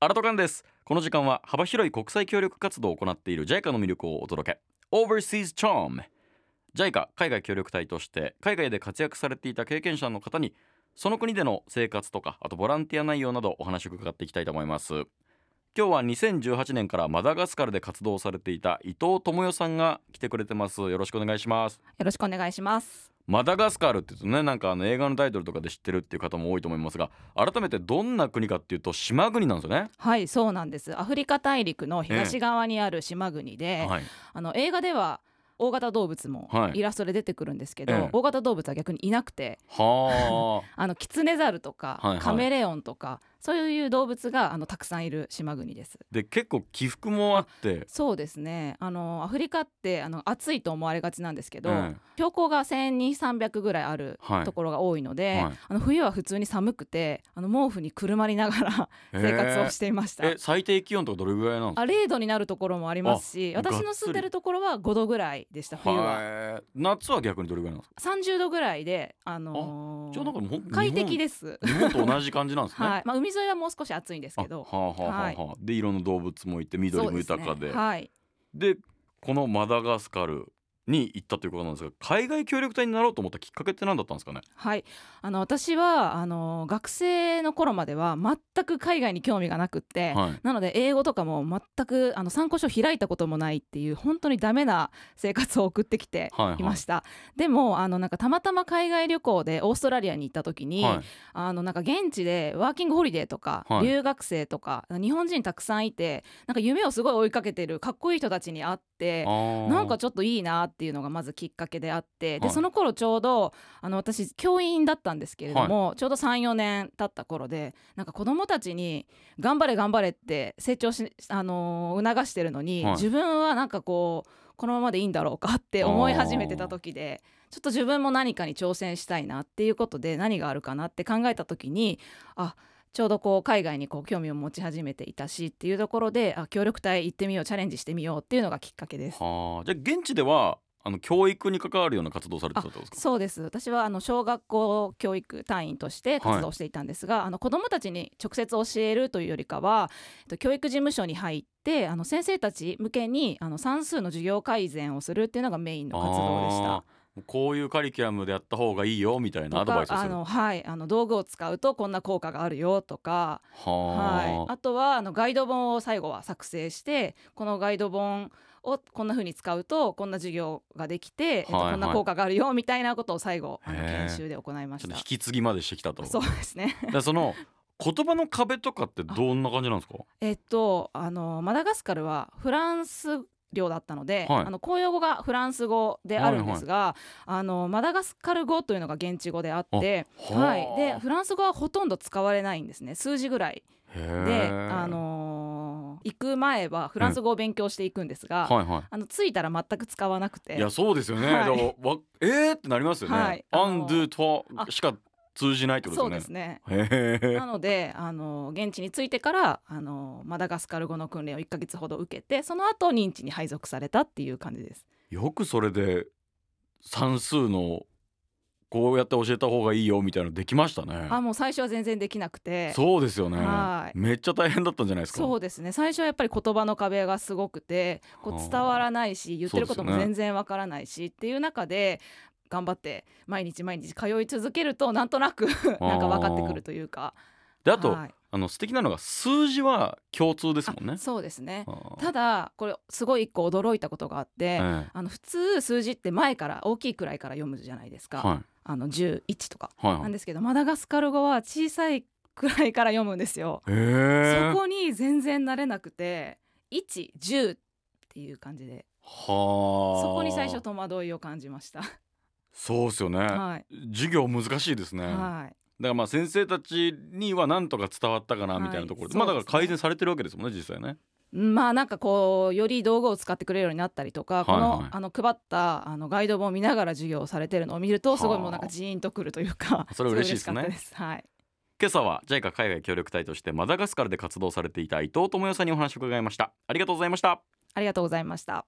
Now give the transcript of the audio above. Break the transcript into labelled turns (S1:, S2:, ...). S1: アラトカンですこの時間は幅広い国際協力活動を行っている JICA の魅力をお届け Overseas Charm JICA 海外協力隊として海外で活躍されていた経験者の方にその国での生活とかあとボランティア内容などお話を伺っていきたいと思います今日は2018年からマダガスカルで活動されていた伊藤智代さんが来てくれてますよろしくお願いします
S2: よろしくお願いします。
S1: マダガスカルって言うとねなんかあの映画のタイトルとかで知ってるっていう方も多いと思いますが改めてどんな国かっていうと島国なんですよね、
S2: はい、そうなんです。アフリカ大陸の東側にある島国で、
S1: はい、
S2: あの映画では大型動物も
S1: はい
S2: イラストで出てくるんですけど、
S1: ええ
S2: 大型動物は逆にいなくて、
S1: は
S2: あのキツネザルとか、
S1: はいはい
S2: カメレオンとか、そういう動物があのたくさんいる島国です。
S1: あで結構起伏もあって
S2: そうですね。あのアフリカってあの暑いと思われがちなんですけ ど、
S1: ええ
S2: 標高が1200、300ぐらいある。
S1: はい
S2: ところが多いので、
S1: はい
S2: あの冬は普通に寒くてあの毛布にくるまりながら 生活をしていました。
S1: えーえ最低気温とかどれぐらいなの
S2: あ0度になるところもありますし
S1: あがっつ
S2: 私
S1: り
S2: の住んでるところは5度ぐらいでした冬は
S1: はい夏は逆にどれぐらいなの
S2: 30度ぐらいで、あのー
S1: じゃあなんかもうほん
S2: 快適
S1: 日
S2: です、
S1: 本日本と同じ感じなんですね、
S2: はいまあ、海沿いはもう少し暑いんです
S1: あ
S2: けど
S1: はあはあはあ、はあでいろんな動物もいて緑も豊か
S2: そう
S1: で
S2: ですねはい、
S1: でこのマダガスカルに行ったということなんですが海外協力隊になろうと思ったきっかけって何だったんですかね
S2: はい、あの私はあの学生の頃までは全く海外に興味がなくって、
S1: はい
S2: なので英語とかも全くあの参考書を開いたこともないっていう本当にダメな生活を送ってきて
S1: はいはい
S2: いました、でもあのなんかたまたま海外旅行でオーストラリアに行った時に、
S1: はい
S2: あのなんか現地でワーキングホリデーとか、
S1: はい
S2: 留学生とか日本人たくさんいてなんか夢をすごい追いかけてるかっこいい人たちに会って
S1: あー
S2: なんかちょっといいなっていうのがまずきっかけであってで、
S1: はい
S2: その頃ちょうどあの私教員だったんですけれども、ちょうど34年経った頃でなんか子供たちに「頑張れ頑張れ」って成長し、あのー促してるのに、
S1: はい
S2: 自分はなんかこうこのままでいいんだろうかって思い始めてた時で。ちょっと自分も何かに挑戦したいなっていうことで何があるかなって考えた時にあちょうどこう海外にこう興味を持ち始めていたしっていうところであ協力隊行ってみようチャレンジしてみようっていうのがきっかけです。
S1: はあじゃあ現地ではあの教育に関わるような活動をされてたってことですか
S2: そうです私はあの小学校教育隊員として活動していたんですが、あの子どもたちに直接教えるというよりかはえっと教育事務所に入ってあの先生たち向けにあの算数の授業改善をするっていうのがメインの活動でした。
S1: あーこういうカリキュラムでやった方がいいよみたいなアドバイス
S2: と
S1: をす
S2: かあ
S1: る
S2: のはいあの道具を使うとこんな効果があるよとかは、
S1: はい
S2: あとはあのガイド本を最後は作成してこのガイド本をこんな風に使うとこんな授業ができて、えっと
S1: はいはい
S2: こんな効果があるよみたいなことを最後あの
S1: へえ
S2: 研修で行いま
S1: ちょ
S2: し
S1: っと
S2: た
S1: 引。き継ぎまでしてきたと
S2: そうですね
S1: でその言葉の壁とかってどんな感じなんですか
S2: えっとあのマダガスカルはフランス領だったので、
S1: はい
S2: あの公用語がフランス語であるんですが、あのマダガスカル語というのが現地語であって
S1: あはあ
S2: はい、でフランス語はほとんど使われないんですね数字ぐらいで、
S1: で
S2: あのー行く前はフランス語を勉強していくんですが、
S1: はいは
S2: あの着いたら全く使わなく
S1: い
S2: て
S1: いやそうですよね、
S2: はい
S1: だからわえーってなりますよね、
S2: はいあ
S1: ア
S2: の
S1: ンドゥと
S2: あ
S1: しか通じないってこ
S2: そ
S1: と
S2: う
S1: で
S2: ですす
S1: ね
S2: ね。
S1: へえ
S2: なので、あのー現地に着いてから、あのーマダガスカル語の訓練を1ヶ月ほど受けてその後認知に配属されたっていう感じです。
S1: よくそれで算数のこうやって教えた方がいいよみたいなのできましたね
S2: あもう最初は全然できなくて
S1: そうですよね
S2: はい
S1: めっちゃ大変だったんじゃないですか
S2: そうですね最初はやっぱり言葉の壁がすごくてこ
S1: はあ
S2: う伝わらないし言ってること
S1: そ
S2: も
S1: うですね
S2: 全然わからないしっていう中で頑張って毎日毎日通い続けるとなんと なくなんか分かってくるというか。
S1: であと、
S2: はい
S1: あの素敵なのが数字は共通ですもんね
S2: そうですね
S1: あー
S2: ただこれすごい一個驚いたことがあって、
S1: え
S2: あの普通数字って前から大きいくらいから読むじゃないです
S1: え
S2: か、
S1: は
S2: あの11とか
S1: いはい
S2: な
S1: はい
S2: んですけどマダガスカル語は小さいくらいから読むんですよ、
S1: へえ
S2: そこに全然慣れなくて110っていう感じで
S1: はあ
S2: そこに最初戸惑いを感じました、
S1: そうですよね、
S2: はい、
S1: 授業難しいですね、だか
S2: はい、
S1: らまあ先生たちにはなんとか伝わったかなみたいなところで、
S2: はい
S1: まあだから
S2: そうですね
S1: 改善されてるわけですもんね実際ね
S2: まあなんかこうより道具を使ってくれるようになったりとか、
S1: い
S2: こ
S1: はい
S2: のあの配ったあのガイド本を見ながら授業をされてるのを見る
S1: は
S2: と
S1: あ
S2: すごいもうなんかジーンとくるというか
S1: それ嬉しいですね
S2: ご嬉しかった ですはい
S1: 今朝は JICA 海外協力隊としてマダガスカルで活動されていた伊藤智代さんにお話を伺いましたありがとうございました
S2: ありがとうございました